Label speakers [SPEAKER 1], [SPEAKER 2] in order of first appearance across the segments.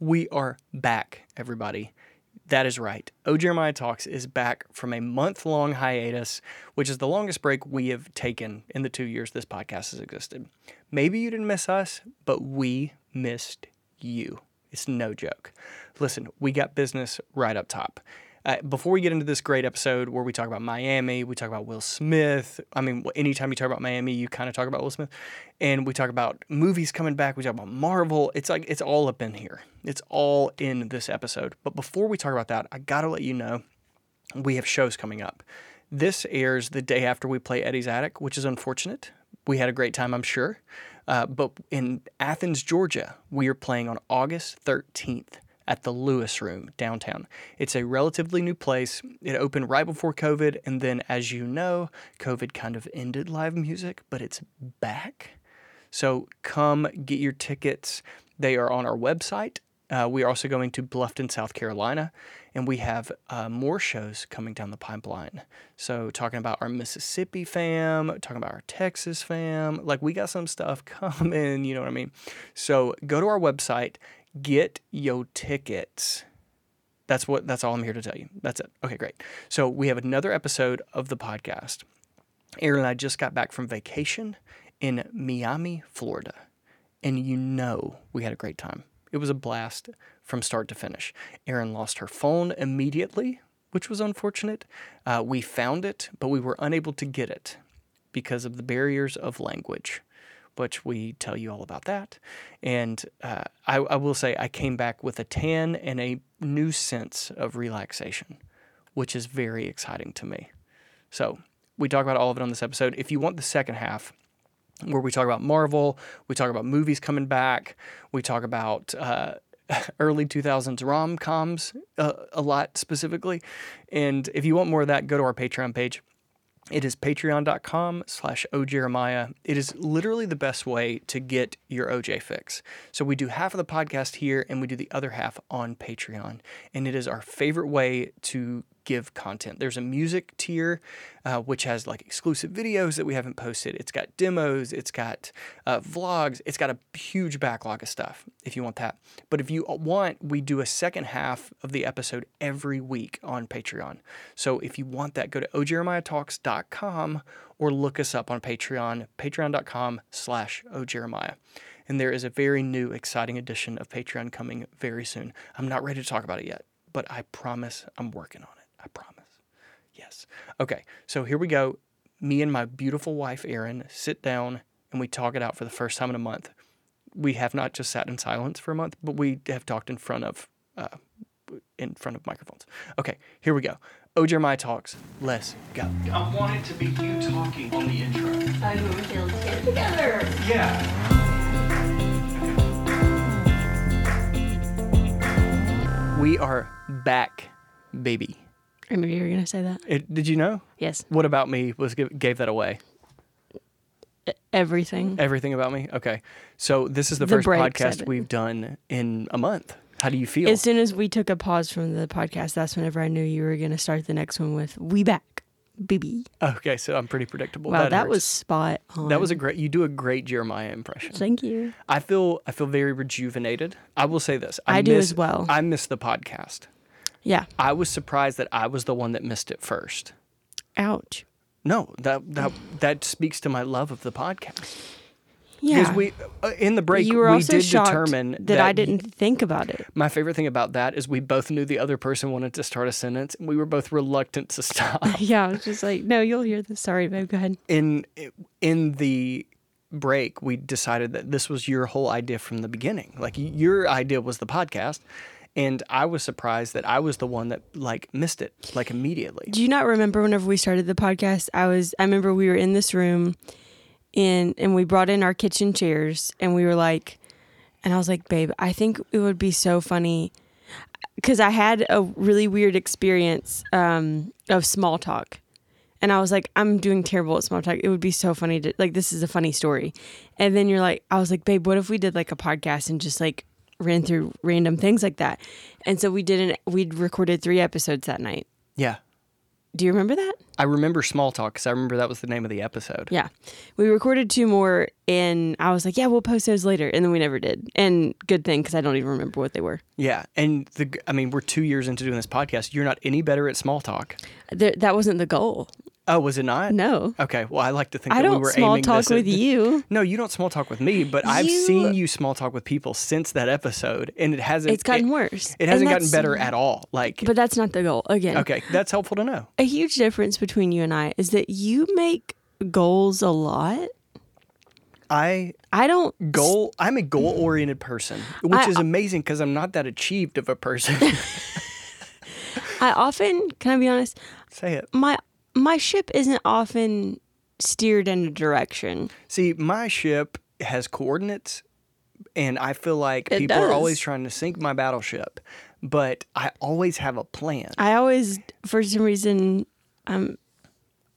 [SPEAKER 1] We are back, everybody. That is right. O Jeremiah Talks is back from a month long hiatus, which is the longest break we have taken in the two years this podcast has existed. Maybe you didn't miss us, but we missed you. It's no joke. Listen, we got business right up top. Uh, before we get into this great episode where we talk about Miami, we talk about Will Smith. I mean, wh- anytime you talk about Miami, you kind of talk about Will Smith. And we talk about movies coming back. We talk about Marvel. It's like, it's all up in here. It's all in this episode. But before we talk about that, I got to let you know we have shows coming up. This airs the day after we play Eddie's Attic, which is unfortunate. We had a great time, I'm sure. Uh, but in Athens, Georgia, we are playing on August 13th at the Lewis Room downtown. It's a relatively new place. It opened right before COVID. And then, as you know, COVID kind of ended live music, but it's back. So come get your tickets. They are on our website. Uh, we are also going to Bluffton, South Carolina, and we have uh, more shows coming down the pipeline. So, talking about our Mississippi fam, talking about our Texas fam, like we got some stuff coming, you know what I mean? So, go to our website, get your tickets. That's what that's all I'm here to tell you. That's it. Okay, great. So, we have another episode of the podcast. Aaron and I just got back from vacation in Miami, Florida. And you know, we had a great time. It was a blast from start to finish. Aaron lost her phone immediately, which was unfortunate. Uh, we found it, but we were unable to get it because of the barriers of language, which we tell you all about that. And uh, I, I will say, I came back with a tan and a new sense of relaxation, which is very exciting to me. So we talk about all of it on this episode. If you want the second half, where we talk about Marvel, we talk about movies coming back, we talk about uh, early 2000s rom coms uh, a lot specifically. And if you want more of that, go to our Patreon page. It is patreon.com slash ojeremiah. It is literally the best way to get your OJ fix. So we do half of the podcast here and we do the other half on Patreon. And it is our favorite way to give content. There's a music tier, uh, which has like exclusive videos that we haven't posted. It's got demos, it's got uh, vlogs, it's got a huge backlog of stuff if you want that. But if you want, we do a second half of the episode every week on Patreon. So if you want that, go to ojeremiahtalks.com or look us up on Patreon, patreon.com slash ojeremiah. And there is a very new, exciting edition of Patreon coming very soon. I'm not ready to talk about it yet, but I promise I'm working on it. I promise. Yes. Okay, so here we go. Me and my beautiful wife, Erin, sit down and we talk it out for the first time in a month. We have not just sat in silence for a month, but we have talked in front of uh, in front of microphones. Okay, here we go. O Jeremiah talks. Let's go.
[SPEAKER 2] I want it to be you talking on the intro.
[SPEAKER 3] Five when we killed kid together.
[SPEAKER 2] Yeah.
[SPEAKER 1] We are back, baby.
[SPEAKER 3] I knew you were gonna say that.
[SPEAKER 1] It, did you know?
[SPEAKER 3] Yes,
[SPEAKER 1] What about me was give, gave that away?
[SPEAKER 3] everything.
[SPEAKER 1] Everything about me. Okay, so this is the,
[SPEAKER 3] The
[SPEAKER 1] first
[SPEAKER 3] break said
[SPEAKER 1] podcast
[SPEAKER 3] it.
[SPEAKER 1] we've done in a month. How do you feel?
[SPEAKER 3] As soon as we took a pause from the podcast, that's whenever I knew you were gonna start the next one with "We back, baby."
[SPEAKER 1] Okay, so I'm pretty predictable.
[SPEAKER 3] Wow, that,
[SPEAKER 1] hurts.
[SPEAKER 3] was spot on.
[SPEAKER 1] that was a great. You do a great Jeremiah impression.
[SPEAKER 3] Thank you.
[SPEAKER 1] I feel I feel very rejuvenated. I will say this.
[SPEAKER 3] I do
[SPEAKER 1] miss-
[SPEAKER 3] as well.
[SPEAKER 1] I miss the podcast.
[SPEAKER 3] Yeah.
[SPEAKER 1] I was surprised that I was the one that missed it first.
[SPEAKER 3] Ouch.
[SPEAKER 1] No, that that that speaks to my love of the podcast because
[SPEAKER 3] Yeah.
[SPEAKER 1] we uh, in the break
[SPEAKER 3] you were
[SPEAKER 1] we
[SPEAKER 3] also
[SPEAKER 1] did
[SPEAKER 3] shocked
[SPEAKER 1] determine
[SPEAKER 3] that, I didn't think about it.
[SPEAKER 1] My favorite thing about that is we both knew the other person wanted to start a sentence, and we were both reluctant to stop.
[SPEAKER 3] Yeah, I was just like, no, you'll hear this. Sorry, babe. Go ahead.
[SPEAKER 1] in in the break we decided that this was your whole idea from the beginning like y- your idea was the podcast and i was surprised that i was the one that like missed it like immediately
[SPEAKER 3] Do you not remember whenever we started the podcast? I was I remember we were in this room and and we brought in our kitchen chairs and we were like and I was like, "Babe, I think it would be so funny cuz I had a really weird experience um of small talk. And I was like, "I'm doing terrible at small talk. It would be so funny to like this is a funny story." And then you're like, I was like, "Babe, what if we did like a podcast and just like ran through random things like that?" And so we did an we'd recorded 3 episodes that night
[SPEAKER 1] yeah
[SPEAKER 3] Do you remember that?
[SPEAKER 1] I remember Small Talk because I remember that was the name of the episode.
[SPEAKER 3] Yeah. We recorded two more and I was like, yeah, we'll post those later. And then we never did. And good thing because I don't even remember what they were.
[SPEAKER 1] Yeah, and the g- I mean, we're two years into doing this podcast. You're not any better at small talk.
[SPEAKER 3] Th- that wasn't the goal.
[SPEAKER 1] Oh, was it not?
[SPEAKER 3] No.
[SPEAKER 1] Okay. Well, I like to think
[SPEAKER 3] I
[SPEAKER 1] that
[SPEAKER 3] don't
[SPEAKER 1] we were
[SPEAKER 3] small
[SPEAKER 1] aiming
[SPEAKER 3] talk
[SPEAKER 1] this at-
[SPEAKER 3] with you.
[SPEAKER 1] No, you don't small talk with me, but I've
[SPEAKER 3] You-
[SPEAKER 1] seen you small talk with people since that episode, and it hasn't.
[SPEAKER 3] It's gotten
[SPEAKER 1] it-
[SPEAKER 3] worse.
[SPEAKER 1] It
[SPEAKER 3] And
[SPEAKER 1] hasn't gotten
[SPEAKER 3] that's-
[SPEAKER 1] better at all. Like,
[SPEAKER 3] But that's not the goal. Again,
[SPEAKER 1] okay, that's helpful to know.
[SPEAKER 3] a huge difference between you and I is that you make goals a lot.
[SPEAKER 1] I
[SPEAKER 3] I don't
[SPEAKER 1] goal. I'm a goal oriented person, which
[SPEAKER 3] I-
[SPEAKER 1] is amazing because I'm not that achieved of a person.
[SPEAKER 3] I often, can I be honest?
[SPEAKER 1] Say it.
[SPEAKER 3] My my ship isn't often steered in a direction.
[SPEAKER 1] See, my ship has coordinates, and I feel like
[SPEAKER 3] It
[SPEAKER 1] people
[SPEAKER 3] does.
[SPEAKER 1] are always trying to sink my battleship, but I always have a plan.
[SPEAKER 3] I always, for some reason, um,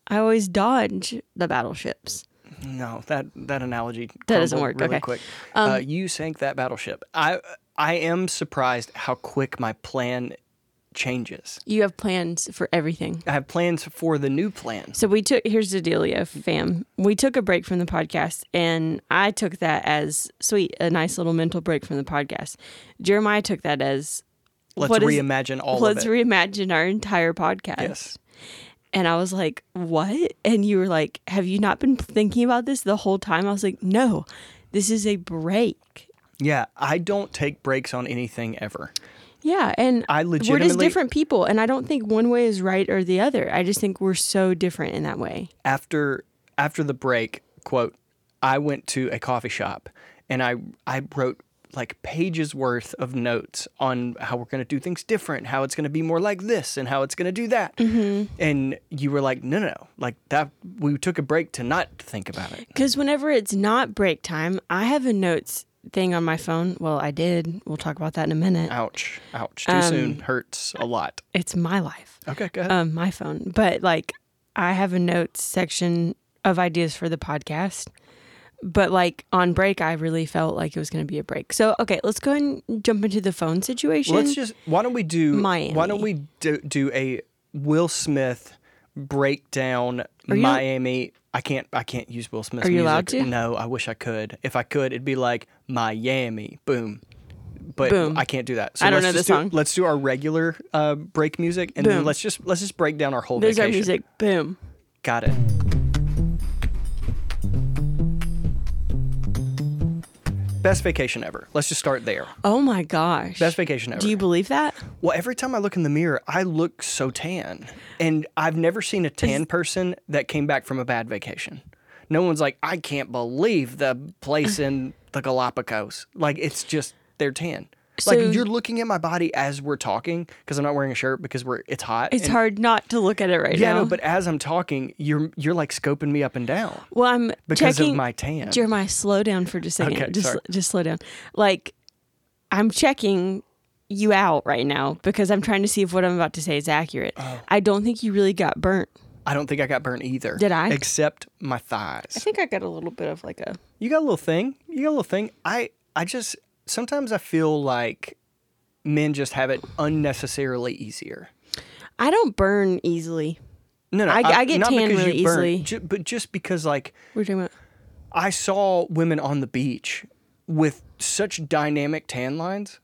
[SPEAKER 3] I always dodge the battleships.
[SPEAKER 1] No, that that analogy
[SPEAKER 3] That doesn't
[SPEAKER 1] crumbled
[SPEAKER 3] work,
[SPEAKER 1] Really
[SPEAKER 3] okay. Um,
[SPEAKER 1] quick, uh, you sank that battleship. I I am surprised how quick my plan changes.
[SPEAKER 3] You have plans for everything.
[SPEAKER 1] I have plans for the new plan.
[SPEAKER 3] So we took here's the dealio, fam. We took a break from the podcast, and I took that as sweet, a nice little mental break from the podcast. Jeremiah took that as
[SPEAKER 1] Let's
[SPEAKER 3] what is-
[SPEAKER 1] reimagine all
[SPEAKER 3] let's
[SPEAKER 1] of it.
[SPEAKER 3] reimagine our entire podcast.
[SPEAKER 1] Yes.
[SPEAKER 3] And I was like, what? And you were like, have you not been thinking about this the whole time? I was like, no, this is a break.
[SPEAKER 1] yeah, I don't take breaks on anything ever.
[SPEAKER 3] Yeah, and
[SPEAKER 1] I
[SPEAKER 3] we're just
[SPEAKER 1] legitimately-
[SPEAKER 3] different people, and I don't think one way is right or the other. I just think we're so different in that way.
[SPEAKER 1] after after the break, quote, I went to a coffee shop and I I wrote like pages worth of notes on how we're going to do things different, how it's going to be more like this and how it's going to do that. And you were like, "No, no, no. Like that we took a break to not think about it."
[SPEAKER 3] Because whenever it's not break time, I have a notes thing on my phone. Well, I did. We'll talk about that in a minute.
[SPEAKER 1] Ouch. Ouch. Too soon hurts a lot.
[SPEAKER 3] It's my life,
[SPEAKER 1] Okay, go ahead.
[SPEAKER 3] um, my phone. But like, I have a notes section of ideas for the podcast. But like on break, I really felt like it was going to be a break. So okay, let's go ahead and jump into the phone situation.
[SPEAKER 1] Let's just why don't we do Why
[SPEAKER 3] Miami.
[SPEAKER 1] don't we do, do a Will Smith breakdown
[SPEAKER 3] you-
[SPEAKER 1] Miami? I can't I can't use Will Smith.
[SPEAKER 3] Are you allowed to?
[SPEAKER 1] No, I wish I could. If I could, it'd be like Miami, boom. But
[SPEAKER 3] Boom.
[SPEAKER 1] I can't do that. So
[SPEAKER 3] I
[SPEAKER 1] let's
[SPEAKER 3] don't know
[SPEAKER 1] just
[SPEAKER 3] the
[SPEAKER 1] do-
[SPEAKER 3] song.
[SPEAKER 1] Let's do our regular uh, break music, and then
[SPEAKER 3] Boom.
[SPEAKER 1] let's just let's just break down our whole
[SPEAKER 3] There's our
[SPEAKER 1] vacation.
[SPEAKER 3] music. Boom.
[SPEAKER 1] Got it. Best vacation ever. Let's just start there.
[SPEAKER 3] Oh my gosh.
[SPEAKER 1] Best vacation ever.
[SPEAKER 3] Do you believe that?
[SPEAKER 1] Well, every time I look in the mirror, I look so tan. And I've never seen a tan person that came back from a bad vacation. No one's like, I can't believe the place in the Galapagos. Like, it's just, they're tan.
[SPEAKER 3] So-
[SPEAKER 1] like, you're looking at my body as we're talking because I'm not wearing a shirt because we're it's hot.
[SPEAKER 3] It's
[SPEAKER 1] and-
[SPEAKER 3] hard not to look at it right
[SPEAKER 1] Yeah,
[SPEAKER 3] now.
[SPEAKER 1] no, but as I'm talking, you're you're like scoping me up and down.
[SPEAKER 3] well, I'm
[SPEAKER 1] Because of
[SPEAKER 3] checking-
[SPEAKER 1] my tan.
[SPEAKER 3] Jeremiah, slow down for just a second.
[SPEAKER 1] Okay,
[SPEAKER 3] just
[SPEAKER 1] sorry.
[SPEAKER 3] just slow down. Like I'm checking you out right now because I'm trying to see if what I'm about to say is accurate.
[SPEAKER 1] Oh.
[SPEAKER 3] I don't think you really got burnt.
[SPEAKER 1] I don't think I got burnt either.
[SPEAKER 3] Did I?
[SPEAKER 1] Except my thighs.
[SPEAKER 3] I think I got a little bit of like a
[SPEAKER 1] You got a little thing. You got a little thing. I I just sometimes I feel like men just have it unnecessarily easier.
[SPEAKER 3] I don't burn easily.
[SPEAKER 1] No, no,
[SPEAKER 3] I- I get
[SPEAKER 1] not
[SPEAKER 3] tan
[SPEAKER 1] because
[SPEAKER 3] really
[SPEAKER 1] you burn,
[SPEAKER 3] easily.
[SPEAKER 1] ju- but just because like
[SPEAKER 3] We're talking about
[SPEAKER 1] I saw women on the beach with such dynamic tan lines,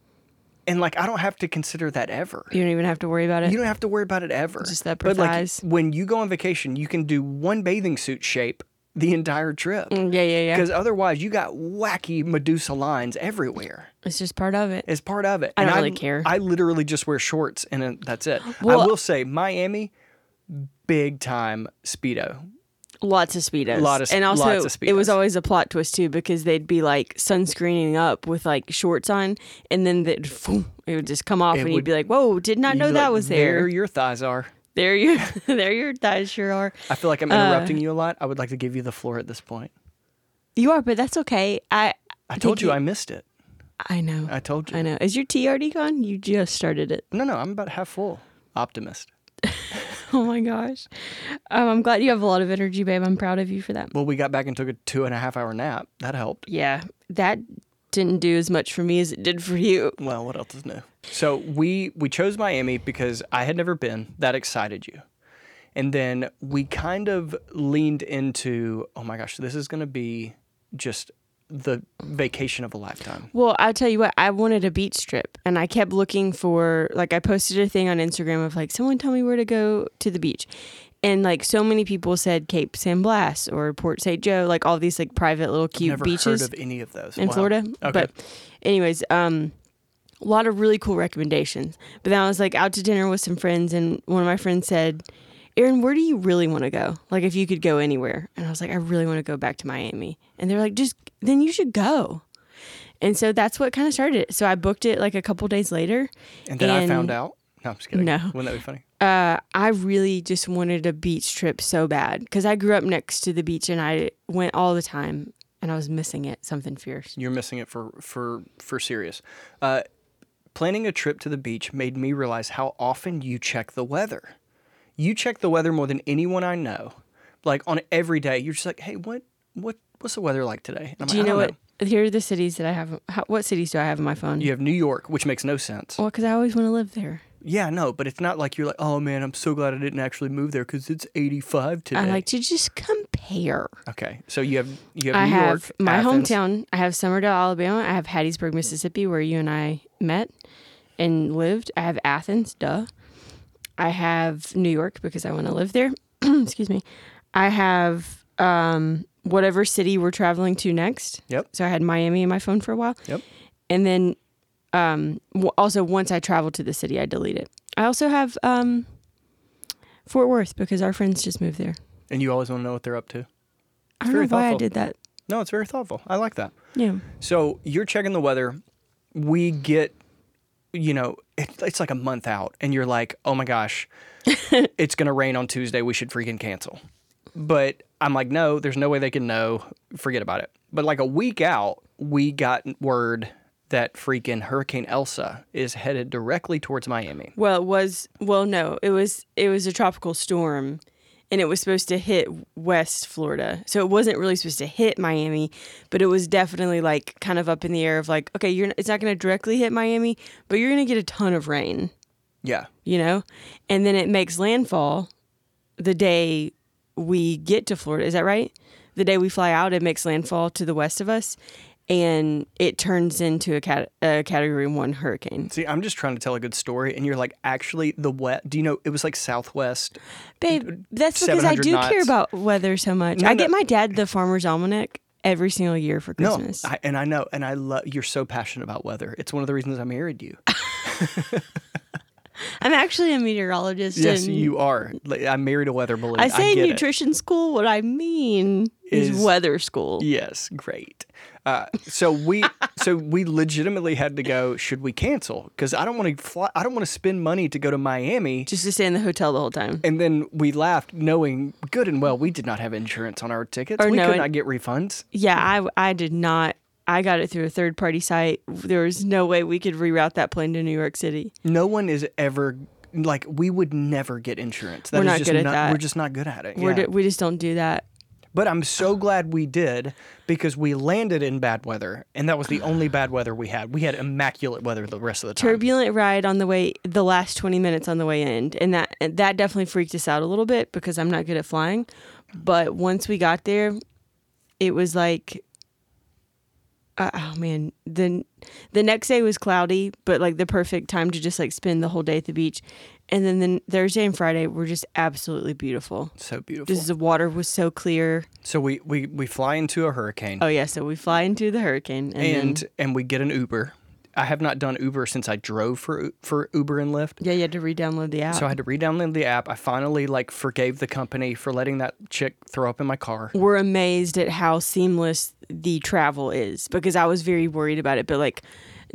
[SPEAKER 1] and like I don't have to consider that ever.
[SPEAKER 3] you don't even have to worry about it.
[SPEAKER 1] You don't have to worry about it ever.
[SPEAKER 3] Just that
[SPEAKER 1] but like
[SPEAKER 3] thighs.
[SPEAKER 1] when you go on vacation, you can do one bathing suit shape the entire trip.
[SPEAKER 3] Mm, yeah, yeah, yeah.
[SPEAKER 1] Because otherwise, you got wacky Medusa lines everywhere.
[SPEAKER 3] It's just part of it.
[SPEAKER 1] It's part of it.
[SPEAKER 3] I don't
[SPEAKER 1] And
[SPEAKER 3] really care.
[SPEAKER 1] I literally just wear shorts and then that's it. I
[SPEAKER 3] Well-
[SPEAKER 1] will say Miami, big time speedo.
[SPEAKER 3] Lots of speedos.
[SPEAKER 1] Lot of-
[SPEAKER 3] and also
[SPEAKER 1] lots of
[SPEAKER 3] it was
[SPEAKER 1] Speedos.
[SPEAKER 3] always a plot twist too because they'd be like sunscreening up with like shorts on and then they'd, it would just come off and you'd
[SPEAKER 1] would-
[SPEAKER 3] be like, "Whoa, did not know
[SPEAKER 1] You'd be
[SPEAKER 3] that
[SPEAKER 1] like,
[SPEAKER 3] was
[SPEAKER 1] There your thighs are.
[SPEAKER 3] There you there your thighs sure are.
[SPEAKER 1] I feel like
[SPEAKER 3] Uh,
[SPEAKER 1] I'm interrupting you a lot. I would like to give you the floor at this point.
[SPEAKER 3] You are, but that's okay. I
[SPEAKER 1] I told
[SPEAKER 3] think
[SPEAKER 1] you I missed it.
[SPEAKER 3] I know.
[SPEAKER 1] I told you.
[SPEAKER 3] I know. Is your tea already gone? You just started it.
[SPEAKER 1] No, no, I'm about half full. Optimist.
[SPEAKER 3] Oh my gosh. Um, I'm glad you have a lot of energy, babe. I'm proud of you for that.
[SPEAKER 1] Well, we got back and took a two and a half hour nap. That helped.
[SPEAKER 3] Yeah. That didn't do as much for me as it did for you.
[SPEAKER 1] Well, what else is new? So we we chose Miami because I had never been. That excited you, And then we kind of leaned into, oh my gosh, this is going to be just the vacation of a lifetime.
[SPEAKER 3] Well, I'll tell you what, I wanted a beach trip and I kept looking for, like, I posted a thing on Instagram of, like, someone tell me where to go to the beach. And, like, so many people said Cape San Blas or Port St. Joe, like, all these, like, private little cute
[SPEAKER 1] Never
[SPEAKER 3] beaches
[SPEAKER 1] heard of any of those
[SPEAKER 3] in
[SPEAKER 1] Wow.
[SPEAKER 3] Florida.
[SPEAKER 1] Okay.
[SPEAKER 3] But, anyways, um, a lot of really cool recommendations. But then I was, like, out to dinner with some friends and one of my friends said, Aaron, where do you really want to go? Like, if you could go anywhere. And I was like, I really want to go back to Miami. And they were like, just, then you should go. And so that's what kind of started it. So I booked it like a couple days later.
[SPEAKER 1] and then I found
[SPEAKER 3] and-
[SPEAKER 1] out. No, I'm just kidding.
[SPEAKER 3] No.
[SPEAKER 1] Wouldn't that be funny?
[SPEAKER 3] Uh, I really just wanted a beach trip so bad because I grew up next to the beach and I went all the time and I was missing it, something fierce.
[SPEAKER 1] You're missing it for for for serious. Uh, planning a trip to the beach made me realize how often you check the weather. You check the weather more than anyone I know. Like on every day, you're just like, hey, what what what's the weather like today? And I'm like,
[SPEAKER 3] Do you
[SPEAKER 1] "I
[SPEAKER 3] know
[SPEAKER 1] don't
[SPEAKER 3] what? Here are the cities that I have. How, what cities do I have on my phone?
[SPEAKER 1] You have New York, which makes no sense.
[SPEAKER 3] Well, because I always want to live there.
[SPEAKER 1] Yeah, no, but it's not like you're like, oh man, I'm so glad I didn't actually move there because it's 85 today.
[SPEAKER 3] I like to just compare.
[SPEAKER 1] okay, so you have you have
[SPEAKER 3] I
[SPEAKER 1] New
[SPEAKER 3] have
[SPEAKER 1] York,
[SPEAKER 3] my
[SPEAKER 1] Athens.
[SPEAKER 3] hometown. I have Somerdale, Alabama. I have Hattiesburg, Mississippi, where you and I met and lived. I have Athens, duh. I have New York because I want to live there. Excuse me. I have um, whatever city we're traveling to next.
[SPEAKER 1] Yep.
[SPEAKER 3] So I had Miami in my phone for a while.
[SPEAKER 1] Yep.
[SPEAKER 3] And then um, w- also once I travel to the city, I delete it. I also have um, Fort Worth because our friends just moved there.
[SPEAKER 1] and you always want to know what they're up to.
[SPEAKER 3] I don't know
[SPEAKER 1] very
[SPEAKER 3] why I
[SPEAKER 1] thoughtful.
[SPEAKER 3] did that.
[SPEAKER 1] No, it's very thoughtful. I like that.
[SPEAKER 3] Yeah.
[SPEAKER 1] So you're checking the weather. We get, you know, it, it's like a month out, and you're like, oh my gosh, it's going to rain on Tuesday. We should freaking cancel. But I'm like, no, there's no way they can know. Forget about it. But like a week out, we got word that freaking Hurricane Elsa is headed directly towards Miami.
[SPEAKER 3] Well, it was well, no, it was it was a tropical storm, and it was supposed to hit West Florida, so it wasn't really supposed to hit Miami, but it was definitely like kind of up in the air of like, okay, you're it's not going to directly hit Miami, but you're going to get a ton of rain,
[SPEAKER 1] Yeah.
[SPEAKER 3] you know, and then it makes landfall the day we get to Florida. Is that right? The day we fly out, it makes landfall to the west of us, and it turns into a, cat, a Category One hurricane.
[SPEAKER 1] See, I'm just trying to tell a good story, and you're like, actually, the wet. Do you know it was like Southwest?
[SPEAKER 3] Babe, that's because I
[SPEAKER 1] 700
[SPEAKER 3] do care
[SPEAKER 1] knots.
[SPEAKER 3] about weather so much.
[SPEAKER 1] No,
[SPEAKER 3] I
[SPEAKER 1] no.
[SPEAKER 3] get my dad the farmer's almanac every single year for
[SPEAKER 1] No,
[SPEAKER 3] Christmas.
[SPEAKER 1] I, and I know, and I love. You're so passionate about weather. It's one of the reasons I married you.
[SPEAKER 3] I'm actually a meteorologist.
[SPEAKER 1] Yes,
[SPEAKER 3] and
[SPEAKER 1] you are. Like, I married a weather balloon.
[SPEAKER 3] I say
[SPEAKER 1] get it.
[SPEAKER 3] nutrition school. What I mean is,
[SPEAKER 1] Is-
[SPEAKER 3] weather school.
[SPEAKER 1] Yes, great. Uh, so we, so we legitimately had to go. Should we cancel? Because I don't want to fly. I don't want to spend money to go to Miami.
[SPEAKER 3] Just to stay in the hotel the whole time.
[SPEAKER 1] And then we laughed, knowing good and well we did not have insurance on our tickets.
[SPEAKER 3] Or
[SPEAKER 1] we
[SPEAKER 3] no,
[SPEAKER 1] could
[SPEAKER 3] and-
[SPEAKER 1] not get refunds.
[SPEAKER 3] Yeah, I, I did not. I got it through a third party site. There was no way we could reroute that plane to New York City.
[SPEAKER 1] No one is ever like we would never get insurance. That
[SPEAKER 3] We're
[SPEAKER 1] is
[SPEAKER 3] not
[SPEAKER 1] just
[SPEAKER 3] good at
[SPEAKER 1] not,
[SPEAKER 3] that.
[SPEAKER 1] We're just not good at it.
[SPEAKER 3] We're
[SPEAKER 1] Yeah.
[SPEAKER 3] d- we just don't do that.
[SPEAKER 1] But I'm so glad we did because we landed in bad weather, and that was the only bad weather we had. We had immaculate weather the rest of the time.
[SPEAKER 3] turbulent ride on the way the last 20 minutes on the way in and that and that definitely freaked us out a little bit because I'm not good at flying but once we got there it was like uh, oh man then the next day was cloudy but like the perfect time to just like spend the whole day at the beach and then the Thursday and Friday were just absolutely beautiful
[SPEAKER 1] so beautiful.
[SPEAKER 3] just the water was so clear
[SPEAKER 1] So we we we fly into a hurricane
[SPEAKER 3] oh yeah so we fly into the hurricane and,
[SPEAKER 1] and
[SPEAKER 3] then,
[SPEAKER 1] and we get an Uber. I have not done Uber since I drove for U- for Uber and Lyft.
[SPEAKER 3] yeah you had to re-download the app
[SPEAKER 1] So I had to re-download the app. I finally like forgave the company for letting that chick throw up in my car.
[SPEAKER 3] were amazed at how seamless the travel is because I was very worried about it. But like,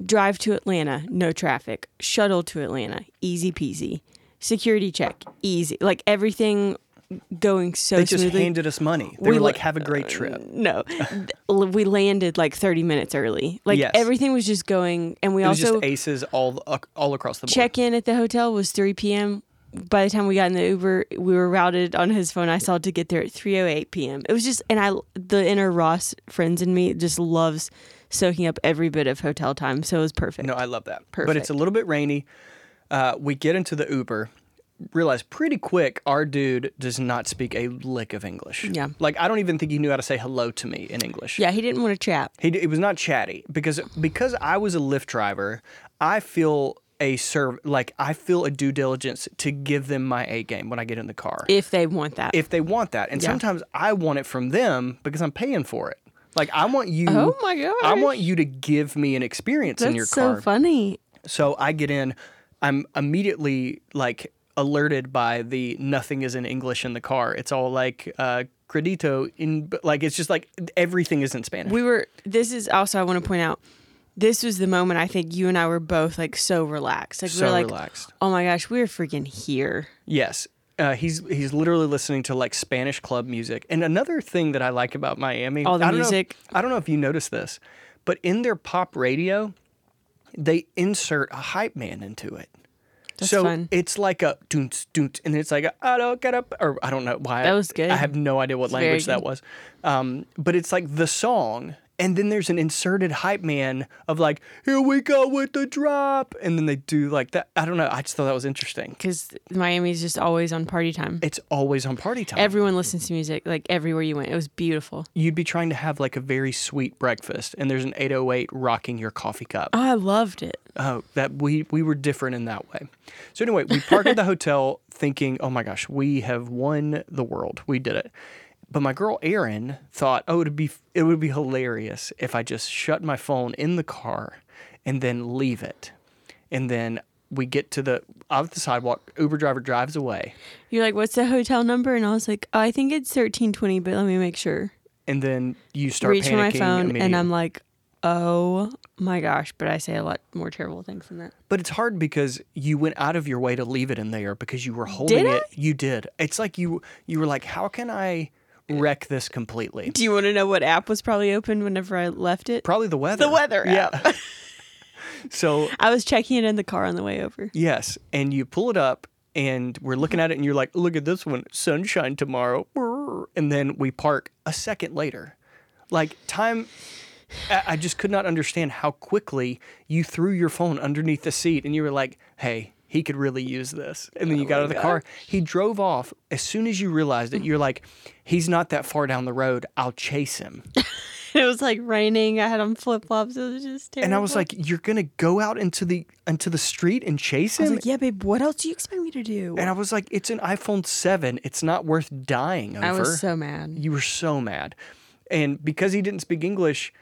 [SPEAKER 3] drive to Atlanta, no traffic. Shuttle to Atlanta, easy peasy. Security check, easy. Like everything going so
[SPEAKER 1] They just
[SPEAKER 3] smoothly.
[SPEAKER 1] handed us money. They
[SPEAKER 3] We
[SPEAKER 1] were
[SPEAKER 3] uh, li-
[SPEAKER 1] like, "Have a great trip."
[SPEAKER 3] no, L- we landed like 30 minutes early. Like
[SPEAKER 1] Yes.
[SPEAKER 3] everything was just going, and we
[SPEAKER 1] It was
[SPEAKER 3] also
[SPEAKER 1] just aces all all across the board.
[SPEAKER 3] check in at the hotel was 3 p.m. By the time we got in the Uber, we were routed on his phone. I saw to get there at 3:08 p.m. It was just, and I, the inner Ross friends in me just loves soaking up every bit of hotel time, so it was perfect.
[SPEAKER 1] No, I love that. But it's
[SPEAKER 3] Perfect.
[SPEAKER 1] a little bit rainy. Uh, we get into the Uber. realized pretty quick our dude does not speak a lick of English.
[SPEAKER 3] Yeah.
[SPEAKER 1] Like I don't even think he knew how to say hello to me in English.
[SPEAKER 3] Yeah, he didn't want to chat.
[SPEAKER 1] He d- it was not chatty because because I was a Lyft driver, I feel a serve like I feel a due diligence to give them my A game when I get in the car
[SPEAKER 3] If they want that.
[SPEAKER 1] if they want that. And
[SPEAKER 3] Yeah.
[SPEAKER 1] sometimes I want it from them because I'm paying for it. Like I want you.
[SPEAKER 3] Oh my gosh.
[SPEAKER 1] I want you to give me an experience
[SPEAKER 3] That's
[SPEAKER 1] in your
[SPEAKER 3] so
[SPEAKER 1] car.
[SPEAKER 3] funny.
[SPEAKER 1] So I get in. I'm immediately like alerted by the nothing is in English in the car. It's all like uh, credito in like it's just like everything is in Spanish.
[SPEAKER 3] We were this is also I want to point out this was the moment I think you and I were both like so relaxed. Like we
[SPEAKER 1] So
[SPEAKER 3] were like
[SPEAKER 1] relaxed.
[SPEAKER 3] oh my gosh, we're freaking here.
[SPEAKER 1] Yes. Uh, he's he's literally listening to like Spanish club music. And another thing that I like about Miami,
[SPEAKER 3] All the
[SPEAKER 1] I don't know if-
[SPEAKER 3] music.
[SPEAKER 1] I don't know if you noticed this, but in their pop radio, they insert a hype man into it.
[SPEAKER 3] That's
[SPEAKER 1] so
[SPEAKER 3] fun.
[SPEAKER 1] it's like a doont doont, and it's like a, I don't get up, or I don't know why.
[SPEAKER 3] That was good.
[SPEAKER 1] I have no idea what
[SPEAKER 3] very
[SPEAKER 1] language that
[SPEAKER 3] good.
[SPEAKER 1] was, um, but it's like the song, and then there's an inserted hype man of like, here we go with the drop, and then they do like that. I don't know. I just thought that was interesting.
[SPEAKER 3] Cuz Miami's just always on party time.
[SPEAKER 1] It's always on party time.
[SPEAKER 3] Everyone listens to music like everywhere you went. It was beautiful.
[SPEAKER 1] you'd be trying to have like a very sweet breakfast and there's an 808 rocking your coffee cup.
[SPEAKER 3] Oh, I loved it.
[SPEAKER 1] Oh, that we we were different in that way. So anyway, we park at the hotel thinking, "Oh my gosh, we have won the world. We did it." But my girl Erin thought, "Oh, it'd be it would be hilarious if I just shut my phone in the car and then leave it." And then we get to the out of the sidewalk, Uber driver drives away.
[SPEAKER 3] You're like, "What's the hotel number?" And I was like, "Oh, I think it's 1320, but let me make sure."
[SPEAKER 1] And then you start
[SPEAKER 3] Reach for
[SPEAKER 1] panicking
[SPEAKER 3] my phone
[SPEAKER 1] immediately.
[SPEAKER 3] and I'm like, "Oh my gosh!" But I say a lot more terrible things than that.
[SPEAKER 1] But it's hard because you went out of your way to leave it in there because you were holding
[SPEAKER 3] I?
[SPEAKER 1] it. You did. It's like you you were like, how can I wreck this completely?
[SPEAKER 3] Do you want to know what app was probably open whenever I left it?
[SPEAKER 1] Probably the weather.
[SPEAKER 3] The weather
[SPEAKER 1] Yeah. so
[SPEAKER 3] I was checking it in the car on the way over.
[SPEAKER 1] yes, and you pull it up and we're looking at it and you're like, look at this one, sunshine tomorrow. Brrr. And then we park a second later. Like time I I just could not understand how quickly you threw your phone underneath the seat and you were like, hey, he could really use this. And then you got out of the
[SPEAKER 3] Oh
[SPEAKER 1] car. He drove off. As soon as you realized it, you're like, he's not that far down the road. I'll chase him.
[SPEAKER 3] It was like raining. I had on flip flops. It was just terrible.
[SPEAKER 1] And I was like, you're going to go out into the into the street and chase
[SPEAKER 3] I was
[SPEAKER 1] him?
[SPEAKER 3] like, yeah, babe, what else do you expect me to do?
[SPEAKER 1] And I was like, it's an iPhone 7. It's not worth dying over.
[SPEAKER 3] I was so mad.
[SPEAKER 1] you were so mad. And because he didn't speak English,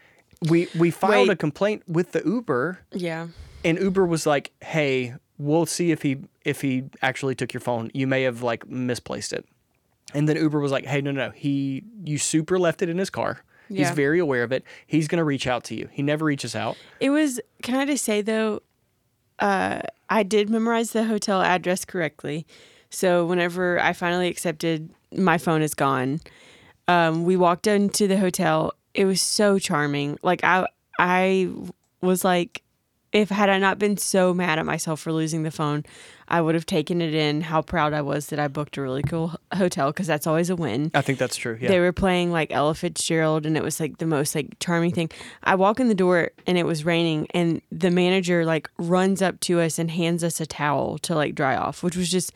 [SPEAKER 1] we, we filed
[SPEAKER 3] Wait.
[SPEAKER 1] a complaint with the Uber.
[SPEAKER 3] Yeah.
[SPEAKER 1] and Uber was like, "Hey, we'll see if he if he actually took your phone. You may have like misplaced it." And then Uber was like, "Hey, no, no, no. He you super left it in his car. He's
[SPEAKER 3] Yeah.
[SPEAKER 1] very aware of it. He's going to reach out to you. He never reaches out."
[SPEAKER 3] It was, can I just say though, uh, I did memorize the hotel address correctly. So whenever I finally accepted my phone is gone, um, we walked into the hotel. It was so charming. Like I, I was like, if had I not been so mad at myself for losing the phone, I would have taken it in. How proud I was that I booked a really cool h- hotel because that's always a win
[SPEAKER 1] I think that's true. Yeah.
[SPEAKER 3] they were playing like Ella Fitzgerald, and it was like the most like charming thing. I walk in the door, and it was raining, and the manager like runs up to us and hands us a towel to like dry off, which was just.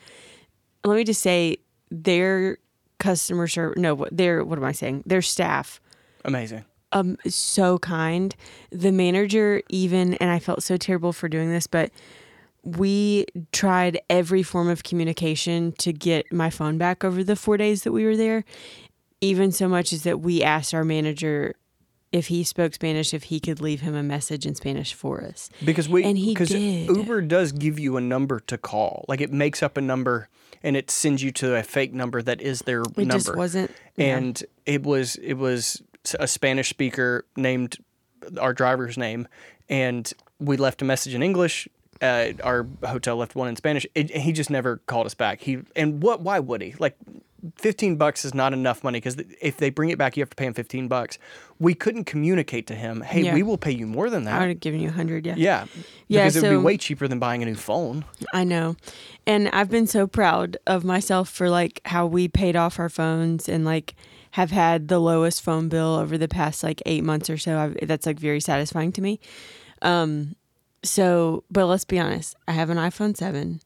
[SPEAKER 3] Let me just say, their customer service. No, what their what am I saying? Their staff
[SPEAKER 1] Amazing.
[SPEAKER 3] um so kind. The manager even and I felt so terrible for doing this, but we tried every form of communication to get my phone back over the 4 days that we were there. Even so much as that we asked our manager if he spoke Spanish if he could leave him a message in Spanish for us.
[SPEAKER 1] Because we
[SPEAKER 3] And he
[SPEAKER 1] 'cause
[SPEAKER 3] did.
[SPEAKER 1] Uber does give you a number to call. Like it makes up a number and it sends you to a fake number that is their
[SPEAKER 3] It
[SPEAKER 1] number.
[SPEAKER 3] just wasn't
[SPEAKER 1] and it was it was a Spanish speaker named our driver's name, and we left a message in English. Uh, our hotel left one in Spanish. It, he just never called us back. He and what? Why would he? Like, fifteen bucks is not enough money because if they bring it back, you have to pay him fifteen bucks. We couldn't communicate to him. Hey,
[SPEAKER 3] Yeah.
[SPEAKER 1] we will pay you more than
[SPEAKER 3] I
[SPEAKER 1] that.
[SPEAKER 3] would have given you 100, yeah.
[SPEAKER 1] yeah,
[SPEAKER 3] Yeah,
[SPEAKER 1] because it would
[SPEAKER 3] so-
[SPEAKER 1] be way cheaper than buying a new phone.
[SPEAKER 3] I know. And I've been so proud of myself for like how we paid off our phones and like have had the lowest phone bill over the past like 8 months or so. I've, that's like very satisfying to me. Um so but let's be honest, I have an iPhone 7.